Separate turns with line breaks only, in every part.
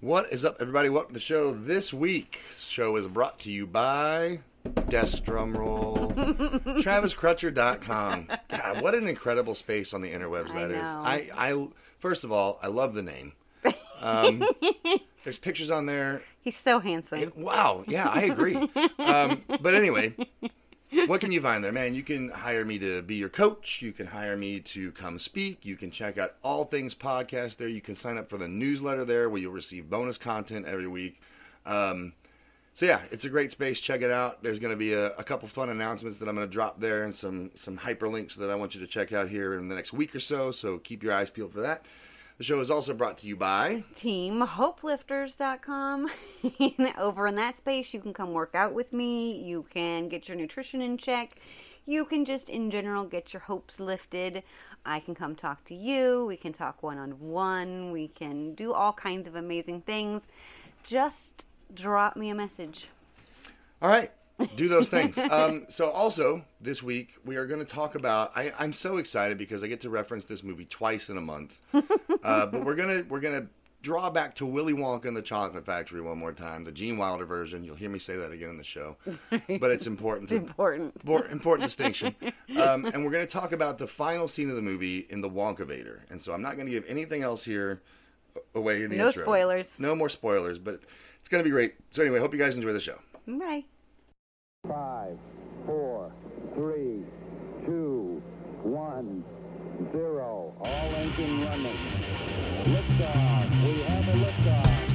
What is up, everybody? Welcome to the show this week. show is brought to you by Desk Drum Roll, TravisCrutcher.com. God, what an incredible space on the interwebs
I
that is!
know.
I, I, first of all, I love the name. Um, there's pictures on there.
He's so handsome.
It- wow. Yeah, I agree. um, but anyway, what can you find there, man? You can hire me to be your coach. You can hire me to come speak. You can check out all things podcast there. You can sign up for the newsletter there, where you'll receive bonus content every week. Um, so yeah, it's a great space. Check it out. There's going to be a, a couple fun announcements that I'm going to drop there, and some some hyperlinks that I want you to check out here in the next week or so. So keep your eyes peeled for that. The show is also brought to you by
TeamHopelifters.com. Over in that space, you can come work out with me. You can get your nutrition in check. You can just, in general, get your hopes lifted. I can come talk to you. We can talk one on one. We can do all kinds of amazing things. Just drop me a message.
All right. Do those things. um, so, also this week we are going to talk about. I, I'm so excited because I get to reference this movie twice in a month. Uh, but we're gonna we're gonna draw back to Willy Wonka and the Chocolate Factory one more time, the Gene Wilder version. You'll hear me say that again in the show, but it's important. to-
Important.
Impor- important distinction. Um, and we're going to talk about the final scene of the movie in the Wonkavator. And so I'm not going to give anything else here away in the
No
intro.
spoilers.
No more spoilers, but it's going to be great. So anyway, hope you guys enjoy the show.
Bye.
Five, four, three, two, one, zero. All engine running. Liftoff. We have a liftoff.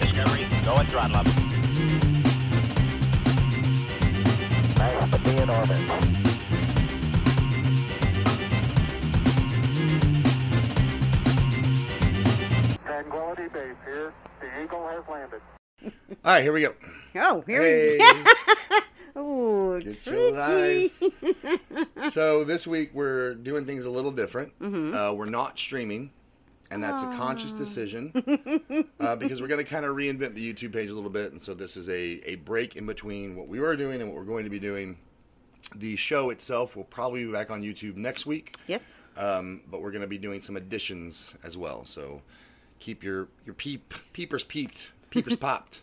Discovery, go and throttle up. Nice to be in orbit.
Tranquility Base here. The Eagle has landed.
All right, here we go.
Oh, here
Hey,
we go. Ooh,
get your life. So this week we're doing things a little different. Uh, we're not streaming, and that's a conscious decision uh, because we're going to kind of reinvent the YouTube page a little bit. And so this is a, a break in between what we were doing and what we're going to be doing. The show itself will probably be back on YouTube next week,
yes.
um, but we're going to be doing some additions as well. So keep your your peep peepers peeped peepers popped.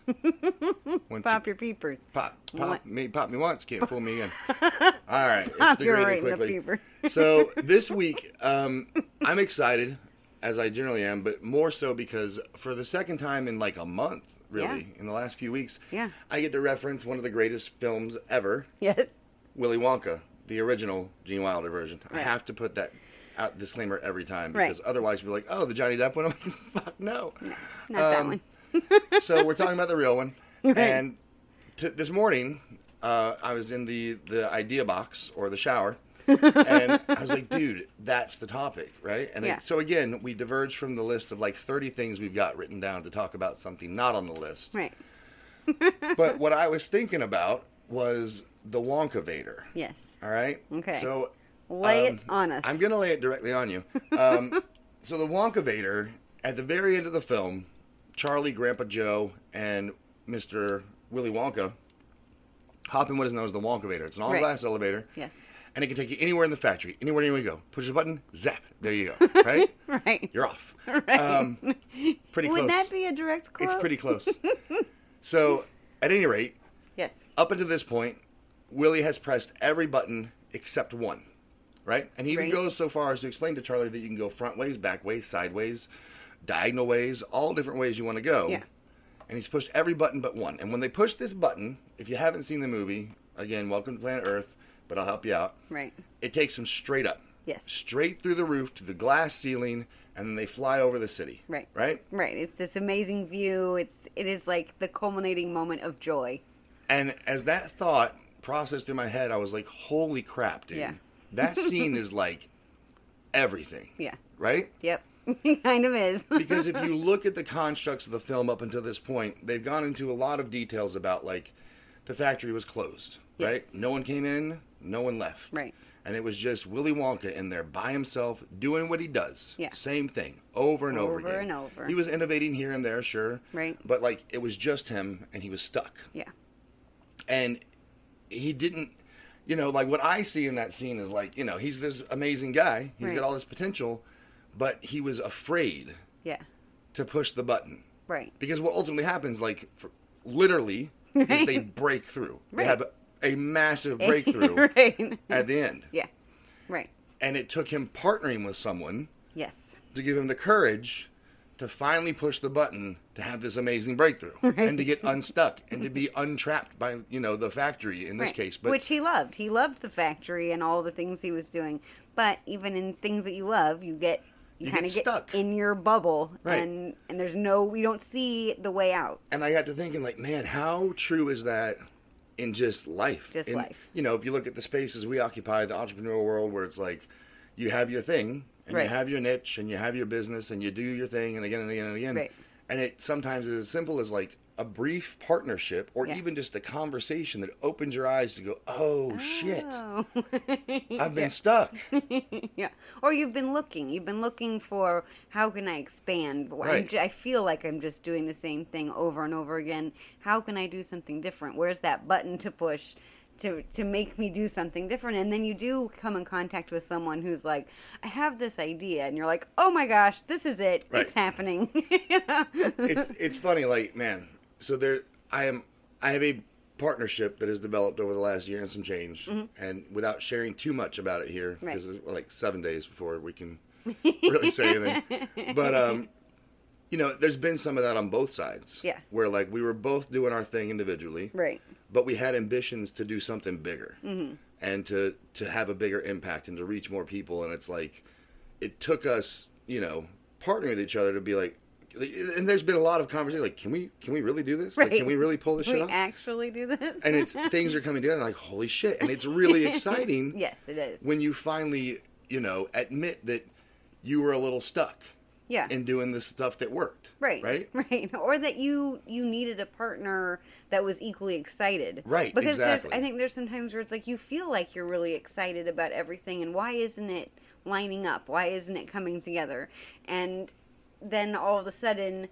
One, two,
Pop your peepers.
Pop, pop
What?
me, pop me once, can't fool me again. All right, it's
Pop your
degraded
right in the
quickly.
beaver.
so this week, um, I'm excited, as I generally am, but more so because for the second time in like a month, really, in the last few weeks,
Yeah.
I get to reference one of the greatest films ever,
Yes.
Willy Wonka, the original Gene Wilder version. I have to put that out disclaimer every time
Right.
because otherwise we're like, oh, the Johnny Depp one. I'm like, fuck no.
Not that
Um,
one.
so we're talking about the real one. And t- this morning, uh, I was in the the idea box or the shower, and I was like, "Dude, that's the topic, right?" And
Yeah.
it, so again, we diverged from the list of like 30 things we've got written down to talk about something not on the list.
Right.
But what I was thinking about was the Wonkavator.
Yes.
All right.
Okay.
So
Lay
um,
it on us.
I'm gonna lay it directly on you. Um, so the Wonkavator at the very end of the film, Charlie, Grandpa Joe, and Mister Willy Wonka hop in what is known as the Wonkavator. It's an all-glass elevator.
Yes.
And it can take you anywhere in the factory, anywhere you want to go. Push the button, zap, there you go. Right?
Right.
You're off. Um, pretty
Would
close.
that be a direct quote?
it's pretty close. so, at any rate,
Yes.
up until this point, Willie has pressed every button except one, right? And he even
Right.
goes so far as to explain to Charlie that you can go front ways, back ways, sideways, diagonal ways, all different ways you want to go.
Yeah.
And he's pushed every button but one. And when they push this button, if you haven't seen the movie, again, welcome to Planet Earth, but I'll help you out.
Right.
It takes them straight up.
Yes.
Straight through the roof to the glass ceiling, and then they fly over the city.
Right.
Right?
Right. It's this amazing view. It's it is like the culminating moment of joy.
And as that thought processed in my head, I was like, holy crap, dude.
Yeah.
That scene is like everything.
Yeah.
Right?
Yep. It kind of is.
Because if you look at the constructs of the film up until this point, they've gone into a lot of details about like the factory was closed, right?
Yes.
No one came in, no one left.
Right.
And it was just Willy Wonka in there by himself doing what he does.
Yeah.
Same thing over and over,
Over
again.
and over.
He was innovating here and there, sure.
Right.
But like it was just him and he was stuck
yeah.
and he didn't you know like what i see in that scene is like you know he's this amazing guy He's
Right.
got all this potential but he was afraid
Yeah.
to push the button.
Right.
Because what ultimately happens, like for, literally, is they break through. They
Right.
have a massive breakthrough
right.
at the end.
Yeah. Right.
And it took him partnering with someone
Yes.
to give him the courage to finally push the button to have this amazing breakthrough and to get unstuck and to be untrapped by you know the factory in this
Right.
case but
Which he loved. He loved the factory and all the things he was doing. But even in things that you love, you get you,
You get
kind of get,
stuck.
in your bubble,
Right.
and and there's no we don't see the way out.
and I got to thinking, like, man, how true is that in just life?
Just
In-
life.
You know, if you look at the spaces we occupy, the entrepreneurial world, where it's like you have your thing and you
Right.
have your niche and you have your business and you do your thing and again and again and again.
Right.
And it sometimes is as simple as like a brief partnership or
Yeah.
even just a conversation that opens your eyes to go, oh, shit,
Oh.
I've been stuck.
yeah. Or you've been looking. You've been looking for how can I expand? But I'm
Right.
j- I feel like I'm just doing the same thing over and over again. How can I do something different? Where's that button to push? To, to make me do something different and then you do come in contact with someone who's like i have this idea and you're like oh my gosh this is it
Right.
it's happening You know?
it's it's funny, like man. So there, I am. I have a partnership that has developed over the last year and some change, and without sharing too much about it here,
Mm-hmm. Right.
because it's like seven days before we can really say anything. But um, you know, there's been some of that on both sides.
Yeah.
where like we were both doing our thing individually,
right
but we had ambitions to do something bigger
Mm-hmm.
and to to have a bigger impact and to reach more people and it's like it took us you know partnering with each other to be like and there's been a lot of conversation like can we can we really do this like can
Right.
we really pull this
Can
shit off
we actually do this
and it's things are coming together like holy shit and it's really exciting
yes it is
when you finally you know admit that you were a little stuck
yeah
in doing the stuff that worked
right
right
right or that you you needed a partner that was equally excited
Right,
because
exactly.
there's i think there's sometimes where it's like you feel like you're really excited about everything and why isn't it lining up why isn't it coming together and then all of a sudden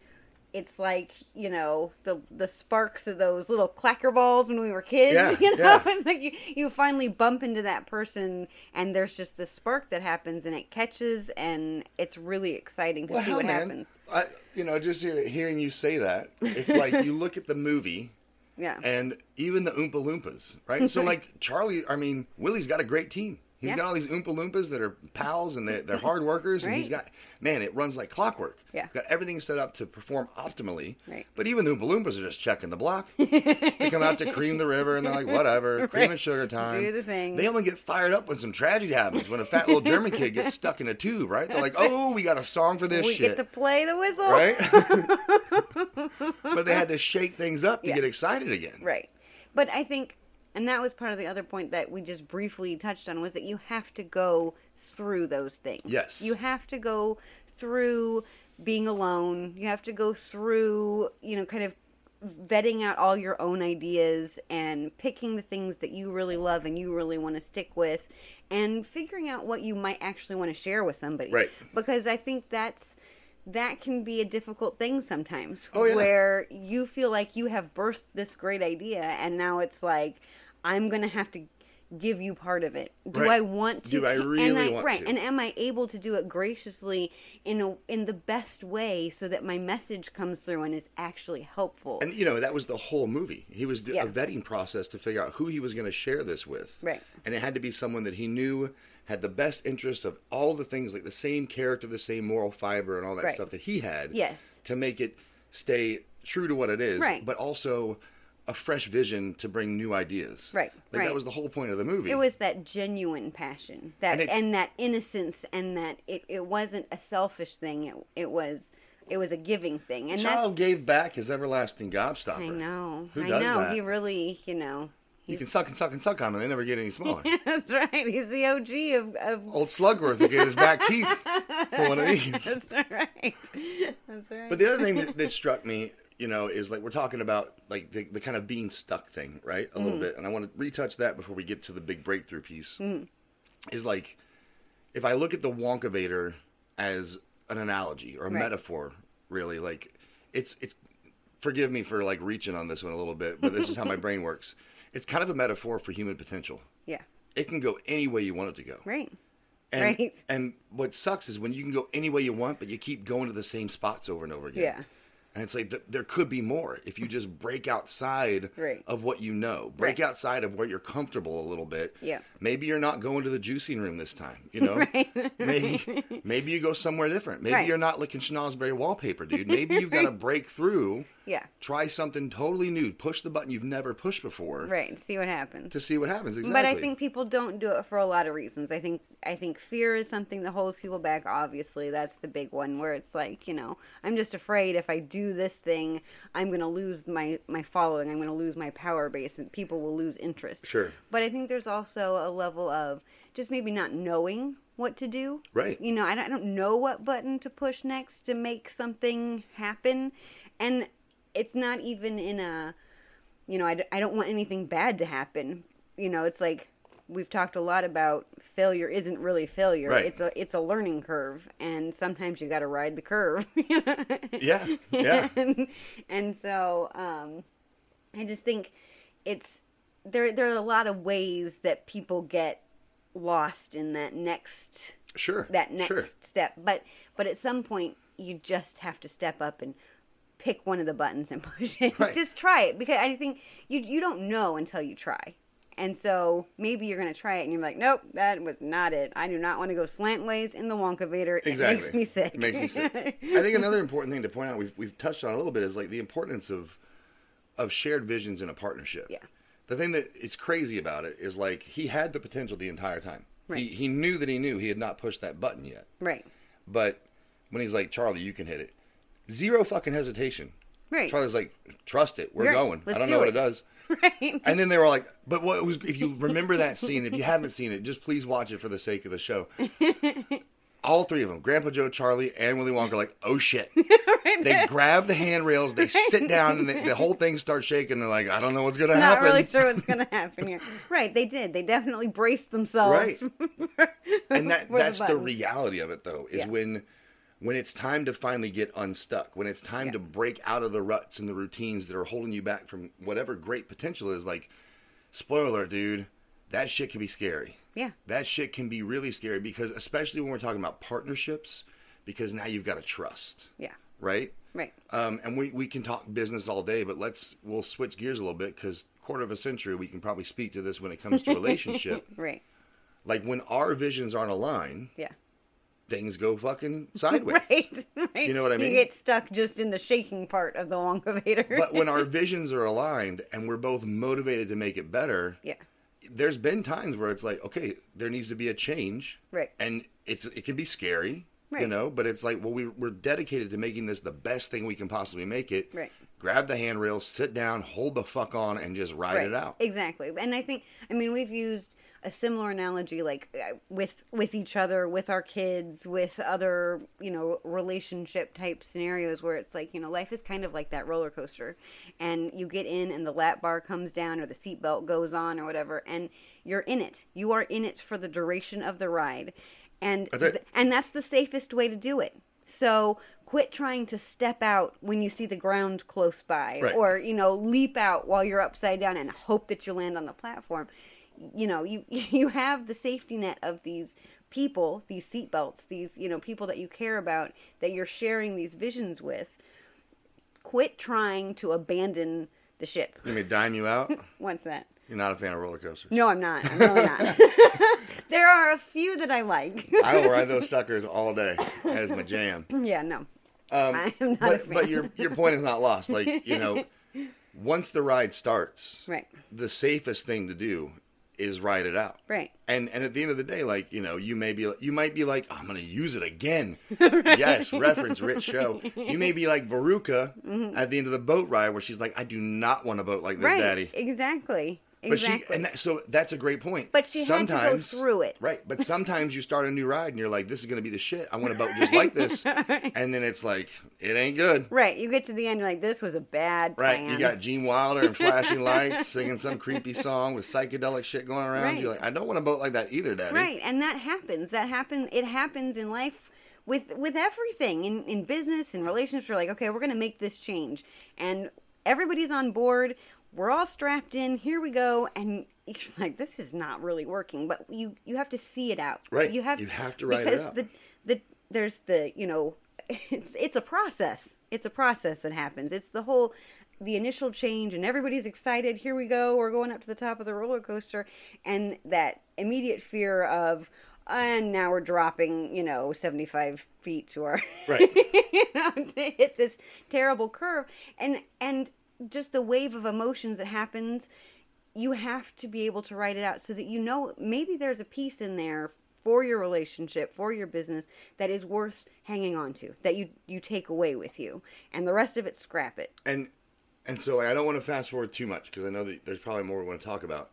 it's like you know the the sparks of those little clacker balls when we were kids
Yeah,
you know
yeah.
it's like you, you finally bump into that person and there's just this spark that happens and it catches and it's really exciting to see
hell,
what happens
I, you know, just hear, hearing you say that, it's like you look at the movie
yeah
and even the Oompa Loompas, right? So, like, Charlie, I mean, Willie's got a great team. He's
Yeah.
got all these Oompa Loompas that are pals and they're, they're hard workers. And he's
Right.
got, man, it runs like clockwork.
Yeah.
He's got everything set up to perform optimally.
Right.
But even the Oompa Loompas are just checking the block. they come out to cream the river and they're like, whatever, cream
Right.
and sugar time.
Do the thing.
They only get fired up when some tragedy happens, when a fat little German kid gets stuck in a tube, right? They're like, oh, we got a song for this
we
shit
get to play the whistle.
right? but they had to shake things up to
Yeah.
get excited again.
Right. But I think, and that was part of the other point that we just briefly touched on, was that you have to go through those things.
Yes.
You have to go through being alone. You have to go through, you know, kind of vetting out all your own ideas and picking the things that you really love and you really want to stick with and figuring out what you might actually want to share with somebody.
Right.
Because I think that's that can be a difficult thing sometimes
Oh, yeah.
where you feel like you have birthed this great idea and now it's like i'm gonna have to give you part of it do
Right.
i want to
Do I
Can- and
really
I-
want
right
to?
and am i able to do it graciously in a, in the best way so that my message comes through and is actually helpful
And you know that was the whole movie. He was do-
Yeah.
a vetting process to figure out who he was going to share this with.
Right.
And it had to be someone that he knew had the best interest of all the things, like the same character, the same moral fiber, and all that
Right.
stuff that he had.
Yes.
To make it stay true to what it is,
Right.
but also a fresh vision to bring new ideas.
Right,
Like that
right.
was the whole point of the movie.
it was that genuine passion
And
that and,
it's-
that innocence and that it, it wasn't a selfish thing it, it was it was a giving thing and that's
Child gave back his everlasting gobstopper.
i know
Who
i
does
know
that?
he really you know
You can suck and suck and suck on them; they never get any smaller.
That's right. He's the OG of. of
old Slugworth will get his back teeth for one of these.
that's right. That's right.
But the other thing that, that struck me, you know, is like we're talking about like the, the kind of being stuck thing, right? A little bit. And I want to retouch that before we get to the big breakthrough piece. Is like if I look at the Wonkavator as an analogy or a
Right.
metaphor, really, like it's it's forgive me for like reaching on this one a little bit, but this is how my brain works. It's kind of a metaphor for human potential.
yeah.
It can go any way you want it to go.
Right.
And,
Right.
and what sucks is when you can go any way you want, but you keep going to the same spots over and over again.
Yeah.
And it's like th- there could be more if you just break outside
Right.
of what you know. Break
Right.
outside of where you're comfortable a little bit.
Yeah.
Maybe you're not going to the juicing room this time. You know.
Right.
Maybe maybe you go somewhere different. Maybe
Right.
you're not licking schnozberry wallpaper, dude. Maybe you've got to break through.
Yeah.
Try something totally new. Push the button you've never pushed before.
Right. See what happens.
To see what happens. Exactly.
But I think people don't do it for a lot of reasons. I think I think fear is something that holds people back. Obviously, that's the big one where it's like you know I'm just afraid if I do this thing, I'm going to lose my my following. I'm going to lose my power base, and people will lose interest.
Sure.
But I think there's also a level of just maybe not knowing what to do.
Right.
You know, I don't, I don't know what button to push next to make something happen, and it's not even in a you know, I, d- I don't want anything bad to happen. You know, it's like we've talked a lot about failure isn't really failure.
Right.
It's a it's a learning curve, and sometimes you got to ride the curve.
Yeah. Yeah.
and, and so um, I just think it's there. There are a lot of ways that people get lost in that next
Sure.
that next
Sure.
step. But but at some point, you just have to step up and pick one of the buttons and push it.
Right.
just try it because I think you you don't know until you try. And so maybe you're gonna try it, and you're like, "Nope, that was not it. I do not want to go slantways in the Wonkavator.
Exactly.
It makes me sick.
It makes me sick. I think another important thing to point out, we've, we've touched on a little bit, is like the importance of of shared visions in a partnership.
Yeah.
The thing that is crazy about it is like he had the potential the entire time.
Right.
He, he knew that he knew he had not pushed that button yet.
right,
But when he's like, Charlie, you can hit it. Zero fucking hesitation.
Right.
Charlie's like, trust it. We're
Right.
going.
Let's
I don't
do
know what
it."
it does.
right,
And then they were like, "But what was? If you remember that scene, if you haven't seen it, just please watch it for the sake of the show." All three of them, Grandpa Joe, Charlie, and Willy Wonka, are like, "Oh shit!" They grab the handrails, they sit down, and they, the whole thing starts shaking. They're like, "I don't know what's gonna
not
happen."
really sure what's gonna happen here. Right, they did. They definitely braced themselves.
and that
for
that's the
button.
reality of it though is
Yeah.
when when it's time to finally get unstuck when it's time to break out of the ruts and the routines that are holding you back from whatever great potential is like spoiler alert, dude that shit can be scary
Yeah.
that shit can be really scary because especially when we're talking about partnerships because now you've got to trust
Yeah,
right
right.
um, and we, we can talk business all day, but let's we'll switch gears a little bit because quarter of a century we can probably speak to this when it comes to relationship.
Right.
like when our visions aren't aligned,
Yeah.
things go fucking sideways.
Right. Right.
You know what I mean?
You get stuck just in the shaking part of the Wonkavator.
But when our visions are aligned and we're both motivated to make it better,
yeah.
there's been times where it's like, okay, there needs to be a change.
Right.
And it's it can be scary, you
Right.
know, but it's like, well, we, we're dedicated to making this the best thing we can possibly make it.
Right.
Grab the handrail, sit down, hold the fuck on, and just ride
Right.
it out.
Exactly. And I think I mean we've used a similar analogy like uh, with with each other, with our kids, with other, you know, relationship type scenarios where it's like, you know, life is kind of like that roller coaster and you get in and the lap bar comes down or the seatbelt goes on or whatever and you're in it. You are in it for the duration of the ride. And
That's it.
th- and that's the safest way to do it. So quit trying to step out when you see the ground close by
Right.
or you know leap out while you're upside down and hope that you land on the platform. You know, you you have the safety net of these people, these seatbelts, these you know people that you care about that you're sharing these visions with. Quit trying to abandon the ship.
Let me dime you out.
What's that?
You're not a fan of roller coasters.
No, I'm not. I'm really not. there are a few that I like.
I will ride those suckers all day. That is my jam.
yeah, no.
Um,
I am not
but,
a fan.
but your your point is not lost. Like you know, once the ride starts,
Right.
the safest thing to do is ride it out.
Right.
And and at the end of the day, like you know, you may be you might be like, I'm gonna use it again. Yes, reference rich show. You may be like Veruca at the end of the boat ride where she's like, I do not want a boat like this,
Mm-hmm. right.
Daddy.
Exactly.
But
exactly.
she and that, so that's a great point.
But she had to go through it.
right? But sometimes you start a new ride and you're like, "This is gonna be the shit. I want a boat just like this," and then it's like, "It ain't good."
Right. You get to the end, you're like, this was a bad
Right,
plan.
you got Gene Wilder and flashing lights singing some creepy song with psychedelic shit going around.
Right.
You're like, I don't want a boat like that either, Daddy.
right. And that happens. That happens. It happens in life with with everything in, in business and relationships. We're like, okay, we're going to make this change. And everybody's on board. we're all strapped in. Here we go. And you're like, this is not really working. But you you have to see it out.
Right.
You have
You have to write it
because
out.
the the there's the you know it's it's a process. It's a process that happens. It's the whole the initial change and everybody's excited. Here we go. We're going up to the top of the roller coaster, and that immediate fear of. And now we're dropping, you know, seventy-five feet to our
Right.
you know, to hit this terrible curve. And and just the wave of emotions that happens, you have to be able to write it out so that you know maybe there's a piece in there for your relationship, for your business that is worth hanging on to, that you you take away with you. And the rest of it scrap it.
and and so like, I don't want to fast forward too much because I know that there's probably more we want to talk about.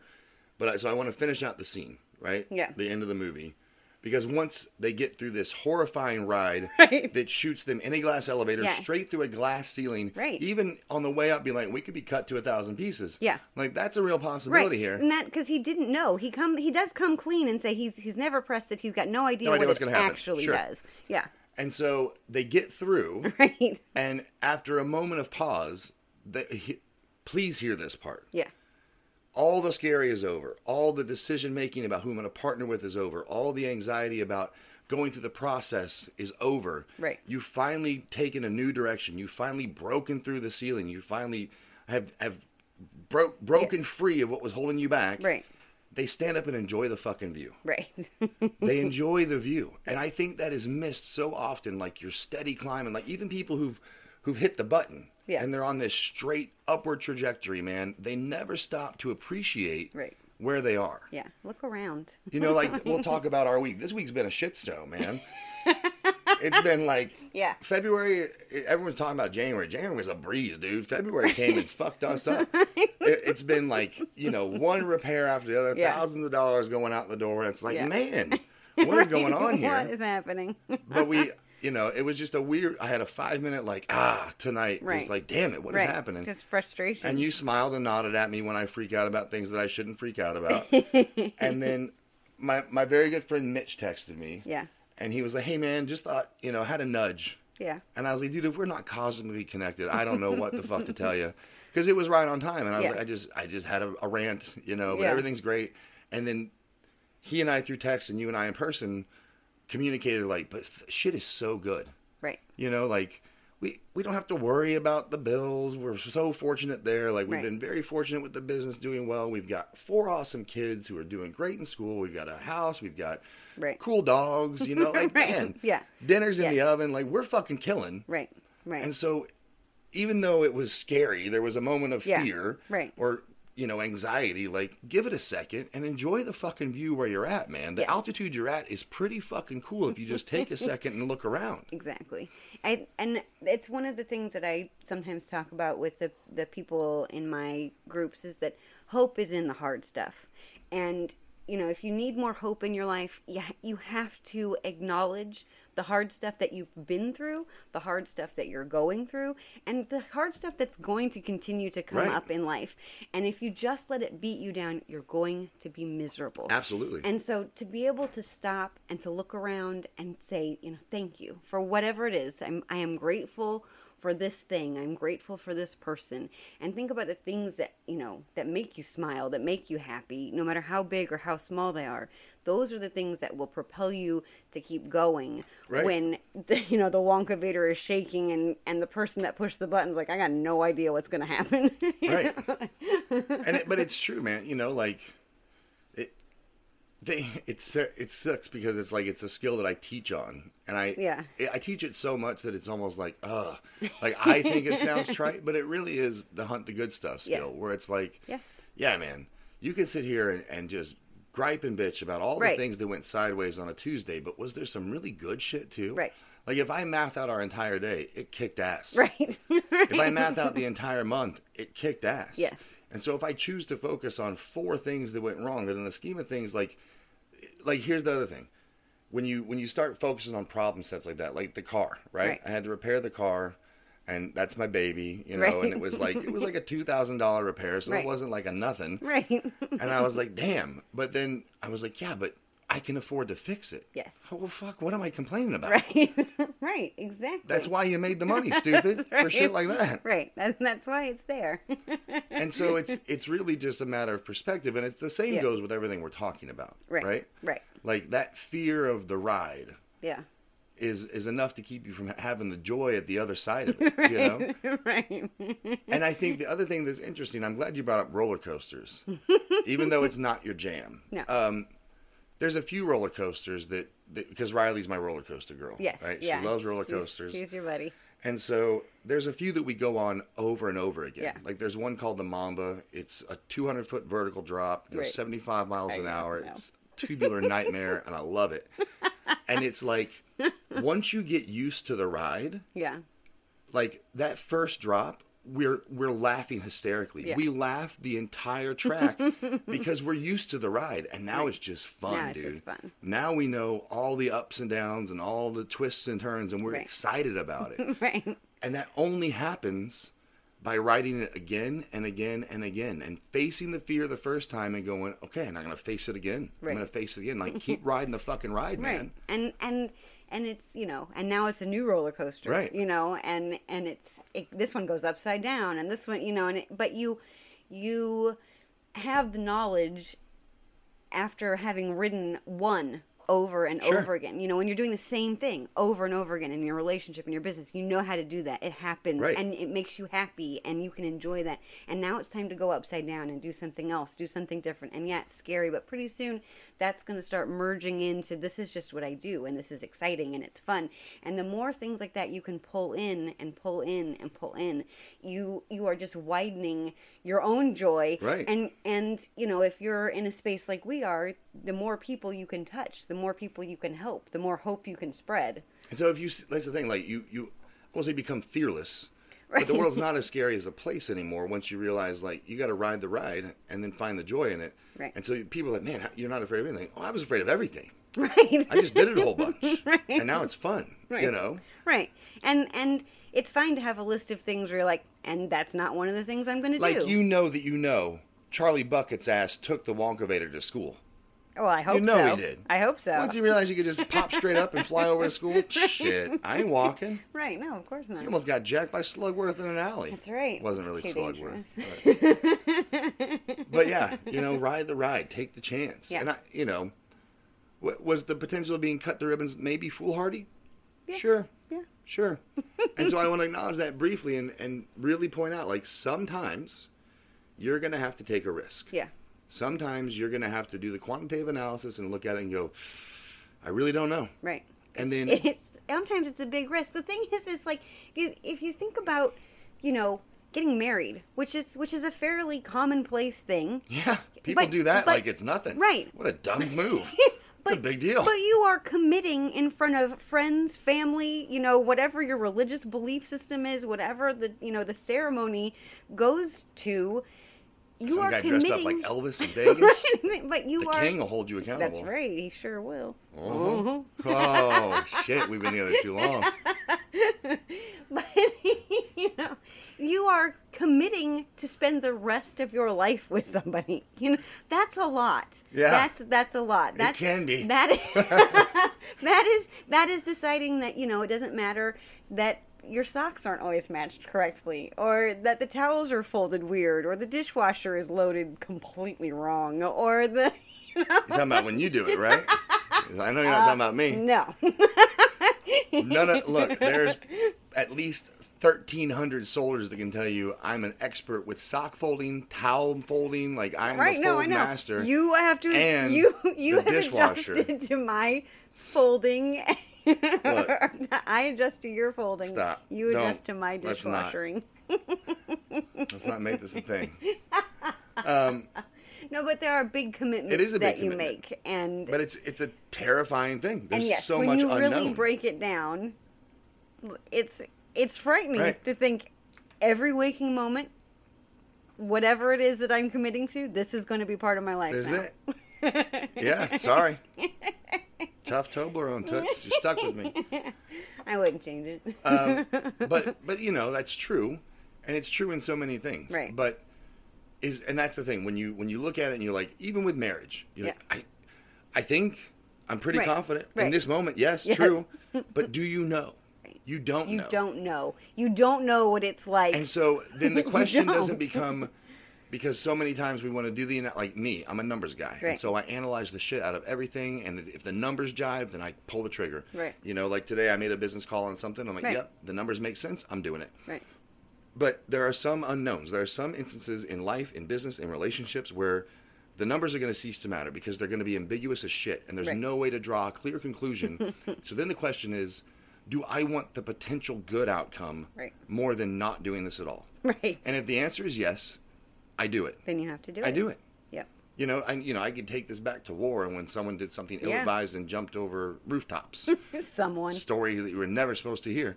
But I, so I want to finish out the scene, right?
Yeah.
The end of the movie, because once they get through this horrifying ride
Right.
that shoots them in a glass elevator
Yes.
straight through a glass ceiling,
Right.
Even on the way up, be like, we could be cut to a thousand pieces.
Yeah.
Like that's a real possibility here.
And that cuz he didn't know. He come he does come clean and say he's he's never pressed it. He's got no idea
No
what
idea what's
it
gonna happen.
actually
Sure.
does. Yeah.
And so they get through,
Right.
and after a moment of pause, they, he, please hear this part.
Yeah.
all the scary is over. All the decision making about who I'm going to partner with is over. All the anxiety about going through the process is over.
Right.
You've finally taken a new direction. You've finally broken through the ceiling. You finally have have broke broken
Yes.
free of what was holding you back.
Right.
They stand up and enjoy the fucking view
Right.
they enjoy the view and i think that is missed so often like your steady climbing like even people who've who've hit the button
Yeah.
and they're on this straight upward trajectory man they never stop to appreciate
Right.
where they are
yeah. Look around.
you know like we'll talk about our week this week's been a shitstorm man it's been like
Yeah.
february everyone's talking about january january was a breeze dude february came and fucked us up it, it's been like you know one repair after the other
Yeah.
thousands of dollars going out the door it's like
Yeah.
man what is going on here
What is happening?
but we you know it was just a weird i had a five minute like ah tonight
Right.
just like damn it what is happening
Just frustration.
and you smiled and nodded at me when i freak out about things that i shouldn't freak out about and then my my very good friend mitch texted me
Yeah.
and he was like hey man just thought you know had a nudge
Yeah.
and i was like dude if we're not cosmically connected i don't know what the fuck to tell you because it was right on time and i was
Yeah.
like i just i just had a, a rant you know but
Yeah.
everything's great and then he and i through text and you and i in person communicated like but th- shit is so good
Right.
you know, like we we don't have to worry about the bills. We're so fortunate there. Like we've
Right.
been very fortunate with the business doing well. We've got four awesome kids who are doing great in school. We've got a house. We've got
Right.
cool dogs. You know, like
Right.
man,
Yeah.
dinner's in
Yeah.
the oven. Like we're fucking killing.
Right. Right.
And so, even though it was scary, there was a moment of
Yeah.
fear,
Right.
or you know, anxiety. Like, give it a second and enjoy the fucking view where you're at, man. The
Yes.
altitude you're at is pretty fucking cool if you just take a second and look around.
exactly. I, and it's one of the things that I sometimes talk about with the, the people in my groups is that hope is in the hard stuff. And, you know, if you need more hope in your life, you, ha- you have to acknowledge the hard stuff that you've been through, the hard stuff that you're going through, and the hard stuff that's going to continue to come
Right.
up in life. And if you just let it beat you down, you're going to be miserable.
Absolutely.
And so to be able to stop and to look around and say, you know, thank you for whatever it is. I'm I am grateful for this thing. I'm grateful for this person. And think about the things that, you know, that make you smile, that make you happy, no matter how big or how small they are. Those are the things that will propel you to keep going
Right.
when the, you know the Wonka Vader is shaking and and the person that pushed the button's like I got no idea what's going to happen.
right and it, but it's true man you know like it they it's it sucks because it's like it's a skill that i teach on and i
Yeah.
i teach it so much that it's almost like ugh like i think it sounds trite but it really is the hunt the good stuff
Yeah.
skill where it's like
Yes.
yeah man you can sit here and, and just gripe and bitch about all
Right.
the things that went sideways on a tuesday but was there some really good shit too
Right.
like if i math out our entire day it kicked ass
right.
if I math out the entire month, it kicked ass.
Yes.
And so if I choose to focus on four things that went wrong, then in the scheme of things, like, like here's the other thing, when you when you start focusing on problem sets like that, like the car, right?
Right.
I had to repair the car, and that's my baby, you know,
Right.
and it was like it was like a two thousand dollar repair, so
Right.
it wasn't like a nothing.
right.
And I was like, damn. But then I was like, yeah, but I I can afford to fix it.
Yes.
Oh, well, fuck, what am I complaining about?
Right. right. Exactly.
That's why you made the money, stupid,
That's
for shit like that.
Right. That, that's why it's there.
And so it's it's really just a matter of perspective, and it's the same
Yeah.
goes with everything we're talking about,
right.
right?
Right.
Like that fear of the ride
Yeah.
is is enough to keep you from having the joy at the other side of it, you know.
right.
And I think the other thing that's interesting, I'm glad you brought up roller coasters, even though it's not your jam.
No.
Um, there's a few roller coasters that, that because Riley's my roller coaster girl.
Yes.
Right.
yeah.
She loves roller
She's-
coasters.
She's, your buddy.
And so there's a few that we go on over and over again.
Yeah.
Like there's one called the Mamba. It's a 200 foot vertical drop. It goes
Right.
75 miles
I
an
know,
hour.
no.
It's tubular nightmare, and I love it. And it's like once you get used to the ride,
Yeah.
like that first drop we're we're laughing hysterically
Yeah.
we laugh the entire track because we're used to the ride and now it's just fun
Now it's
dude
just fun.
now we know all the ups and downs and all the twists and turns and we're
Right.
excited about it
Right.
and that only happens by riding it again and again and again and facing the fear the first time and going okay and i'm gonna face it again
Right.
i'm gonna face it again like keep riding the fucking ride
Right.
man
And and and it's you know and now it's a new roller coaster.
Right.
You know and and it's it, this one goes upside down and this one you know and it, but you you have the knowledge after having ridden one over and
Sure.
over again. You know, when you're doing the same thing over and over again in your relationship and your business, you know how to do that. It happens
Right.
and it makes you happy and you can enjoy that. And now it's time to go upside down and do something else, do something different. And yeah, it's scary, but pretty soon that's going to start merging into this is just what I do and this is exciting and it's fun. And the more things like that you can pull in and pull in and pull in, you you are just widening your own joy
Right.
and and you know if you're in a space like we are the more people you can touch the more people you can help the more hope you can spread
And so if you, s- that's the thing, like you, you, I won't say become fearless, but the
Right.
world's not as scary as a place anymore once you realize like you got to ride the ride and then find the joy in it.
Right.
And so people are like, man, you're not afraid of anything. Oh, I was afraid of everything.
right
I just did it a whole bunch. And now it's fun, you
Right.
know?
right and and it's fine to have a list of things where you're like and that's not one of the things i'm going to
Like
do
you know that you know Charlie Bucket's ass took the Wonkavator to school.
well Oh, i hope
you know
so
he did.
i hope so
Once you realize you could just pop straight up and fly over to school, shit, I ain't walking.
right no of course not
He almost got jacked by Slugworth in an alley.
That's right.
Wasn't
It's
really
too
Slugworth. but- but yeah, you know, ride the ride, take the chance.
Yeah.
And I, you know, w- was the potential of being cut to ribbons maybe foolhardy? Sure.
Yeah.
Sure. and so I want to acknowledge that briefly and, and really point out like sometimes you're going to have to take a risk.
yeah
Sometimes you're going to have to do the quantitative analysis and look at it and go, I really don't know.
right
And then
it's sometimes it's a big risk. The thing is, is like if you, if you think about, you know, getting married, which is which is a fairly commonplace thing.
Yeah, people
But-
do that
but-
like it's nothing.
right.
What a dumb move. it's a big deal.
But you are committing in front of friends, family, you know, whatever your religious belief system is, whatever the you know the ceremony goes to. You
Some
are
guy
committing,
dressed up like Elvis in Vegas.
but you
the
are.
king will hold you accountable.
That's right. He sure will. Mm-hmm.
Uh-huh. oh shit, we've been together too long.
but you know, you are committing to spend the rest of your life with somebody. You know, that's a lot.
Yeah.
that's that's a lot. That
can be.
That is that is that is deciding that you know it doesn't matter that your socks aren't always matched correctly, or that the towels are folded weird, or the dishwasher is loaded completely wrong, or the
You're talking about when you do it, right? I know you're not talking about me.
no.
None of look, there's at least thirteen hundred soldiers that can tell you I'm an expert with sock folding, towel folding, like I'm
Right?
the
No,
fold
I know.
master.
You have to.
and
you you
the
have
dishwasher.
adjusted to my folding. I adjust to your folding.
Stop.
You adjust
Don't.
to my
Let's not.
dishwashering.
Let's not make this a thing. Um,
No, but there are big commitments
It is a
that
big
you
commitment.
make, and
But it's it's a terrifying thing. There's
and yes,
so
when
much
you
unknown.
really break it down, it's it's frightening
Right.
to think every waking moment, whatever it is that I'm committing to, this is going to be part of my life.
Is
now.
it? yeah, sorry. Tough Toblerone toots. You're stuck with me.
I wouldn't change it.
Um, but but you know that's true, and it's true in so many things.
Right.
But is and that's the thing when you when you look at it and you're like even with marriage you're
Yeah.
like I I think I'm pretty
Right.
confident in
Right.
this moment. Yes,
Yes.
true. But do you know? You don't
You
know.
don't know. You don't know what it's like.
And so then the
You
question doesn't
don't.
become because so many times we want to do the ana- like me, I'm a numbers guy, and
Right.
so I analyze the shit out of everything. And if the numbers jive, then I pull the trigger.
Right.
You know, like today I made a business call on something. I'm like,
Right.
yep, the numbers make sense. I'm doing it.
right.
But there are some unknowns. There are some instances in life, in business, in relationships where the numbers are going to cease to matter because they're going to be ambiguous as shit and there's
Right.
no way to draw a clear conclusion. so then the question is do I want the potential good outcome
Right.
more than not doing this at all?
Right.
And if the answer is yes, I do it.
then you have to do it.
I do it.
Yep.
You know, and you know, I could take this back to war and when someone did something
Yeah.
ill-advised and jumped over rooftops.
Someone.
story that you were never supposed to hear.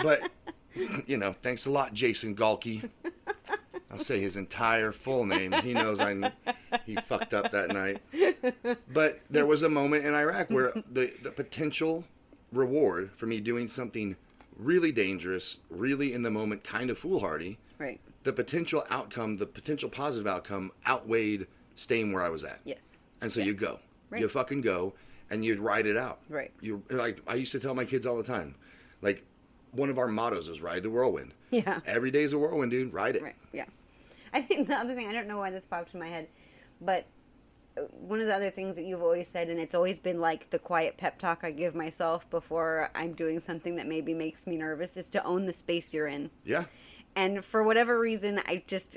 but you know, thanks a lot, Jason Galkey. I'll say his entire full name. He knows I kn- he fucked up that night. But there was a moment in Iraq where the, the potential reward for me doing something really dangerous, really in the moment kind of foolhardy,
Right.
the potential outcome, the potential positive outcome outweighed staying where I was at.
Yes.
And so you go.
Right.
You fucking go and you ride it out.
Right.
You like I used to tell my kids all the time, like one of our mottos is ride the whirlwind.
Yeah.
Every day's a whirlwind, dude. Ride it.
Right. Yeah. I think the other thing I don't know why this popped in my head, but uh, one of the other things that you've always said, and it's always been like the quiet pep talk I give myself before I'm doing something that maybe makes me nervous, is to own the space you're in.
Yeah.
And for whatever reason, I just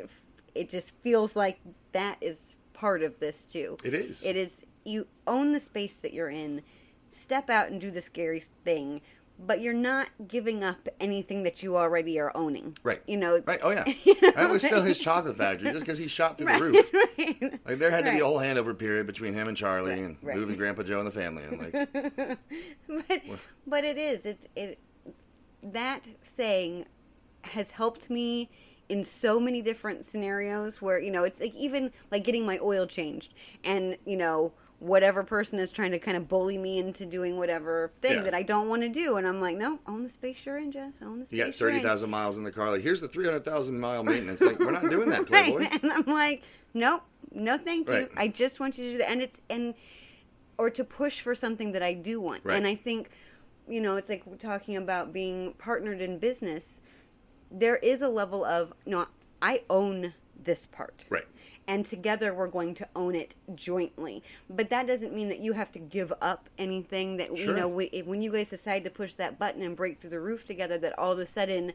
it just feels like that is part of this too.
It is.
It is you own the space that you're in. Step out and do the scary thing, but you're not giving up anything that you already are owning.
Right.
You know.
Right. Oh yeah.
You know,
that was still his
right.
chocolate factory just because he shot through
Right,
the roof.
right.
Like there had to be
Right.
a whole handover period between him and Charlie
Right,
and
right.
moving Grandpa Joe and the family. And like
but but it is it's it that saying has helped me in so many different scenarios where you know it's like even like getting my oil changed and you know whatever person is trying to kind of bully me into doing whatever thing
Yeah.
that I don't want to do and I'm like no own the space you're in Jess own the space
you got
you're in."
thirty thousand miles in the car. Like here's the three hundred thousand mile maintenance. Like we're not doing that,
Right,
Playboy.
And I'm like, nope, no, thank you.
Right.
I just want you to do that, and it's and or to push for something that I do want.
Right.
And I think, you know, it's like we're talking about being partnered in business. There is a level of no, I own this part.
Right.
And together we're going to own it jointly. But that doesn't mean that you have to give up anything that you
Sure.
know we, if- when you guys decide to push that button and break through the roof together that all of a sudden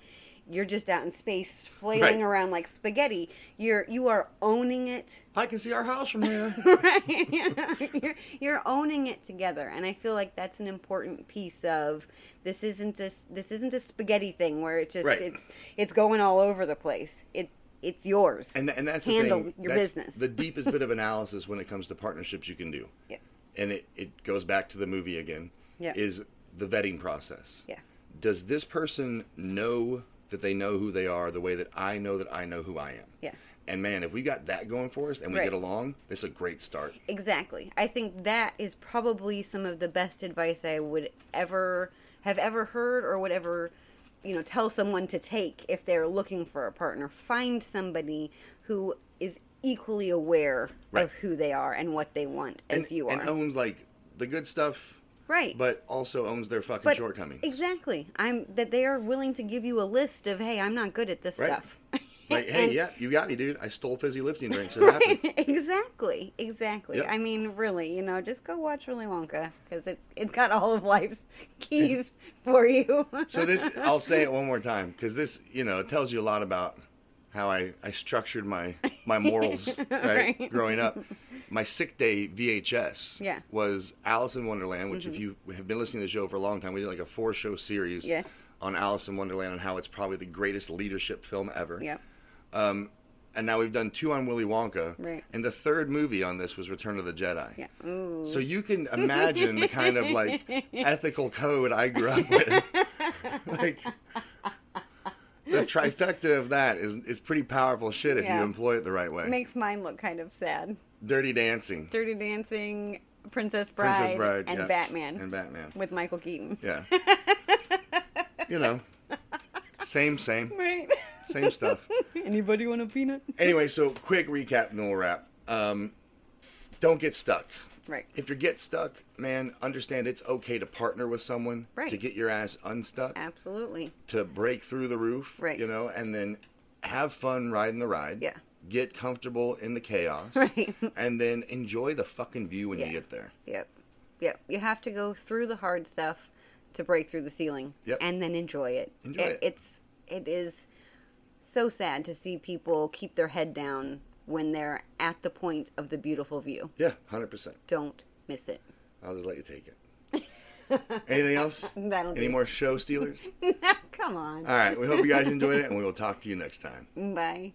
you're just out in space flailing
Right.
around like spaghetti you're you are owning it
I can see our house from here.
right you're, you're owning it together and i feel like that's an important piece of this isn't a this isn't a spaghetti thing where it just
Right.
it's it's going all over the place it it's yours
And, th- and that's
handle
the thing.
your
That's
business
The deepest bit of analysis when it comes to partnerships you can do.
yeah
And it, it goes back to the movie again.
Yeah.
Is the vetting process.
Yeah.
Does this person know that they know who they are the way that I know that I know who I am?
Yeah.
And man, if we got that going for us and we
Right.
get along, it's a great start.
Exactly. I think that is probably some of the best advice I would ever have ever heard or would ever, you know, tell someone to take if they're looking for a partner. Find somebody who is equally aware
Right.
of who they are and what they want as
and,
you are.
And owns like the good stuff,
right.
but also owns their fucking
But-
shortcomings.
Exactly. I'm that they are willing to give you a list of, hey, I'm not good at this
Right.
stuff.
Like, hey,
And-
yeah, you got me, dude. I stole fizzy lifting drinks. It happened.
Right. Exactly. Exactly.
Yep.
I mean, really, you know, just go watch Willy Wonka because it's it's got all of life's keys for you.
So this, I'll say it one more time because this, you know, it tells you a lot about how I, I structured my my morals right,
Right.
growing up. My sick day VHS
Yeah. Mm-hmm.
was Alice in Wonderland, which if you have been listening to the show for a long time, we did like a four show series
Yes.
on Alice in Wonderland and how it's probably the greatest leadership film ever.
yep.
Um, and now we've done two on Willy Wonka,
Right.
and the third movie on this was Return of the Jedi.
Yeah. Ooh.
So you can imagine the kind of like ethical code I grew up with. like the trifecta of that is is pretty powerful shit if
Yeah.
you employ it the right way.
Makes mine look kind of sad.
Dirty Dancing,
Dirty Dancing, Princess Bride,
Princess Bride,
and
yeah,
Batman
and Batman.
with Michael Keaton.
Yeah. you know, same, same,
Right.
same stuff.
Anybody want a peanut?
Anyway, so quick recap, and then we'll wrap. Um, don't get stuck.
Right.
If you get stuck, man, understand it's okay to partner with someone
Right.
to get your ass unstuck,
Absolutely.
to break through the roof,
Right.
you know, and then have fun riding the ride.
Yeah.
Get comfortable in the chaos.
Right.
And then enjoy the fucking view when
Yeah.
you get there.
Yep. Yep. You have to go through the hard stuff to break through the ceiling.
Yep.
And then enjoy it.
Enjoy it.
It's it is so sad to see people keep their head down when they're at the point of the beautiful view.
Yeah, 100%.
Don't miss it.
I'll just let you take it. Anything else?
That'll
Any
do.
more Uh, show stealers?
Come on.
All right. We hope you guys enjoyed it, and we will talk to you next time.
Bye.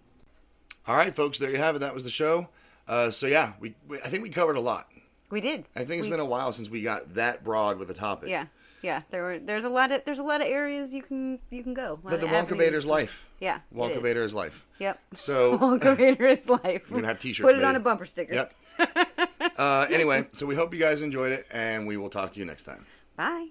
All right, folks. There you have it. That was the show. Uh, so yeah, we, we I think we covered a lot.
We did.
I think it's
We-
been a while since we got that broad with a topic.
Yeah. Yeah. There were there's a lot of there's a lot of areas you can you can go. A lot
But the
of avenues.
Wonkabator's life.
Yeah. it is.
Wonkabator is life.
Yep.
So
Wonkabator is life.
We're gonna have t-shirts
Put it
made.
on a bumper sticker.
Yep. uh, anyway, so we hope you guys enjoyed it, and we will talk to you next time.
Bye.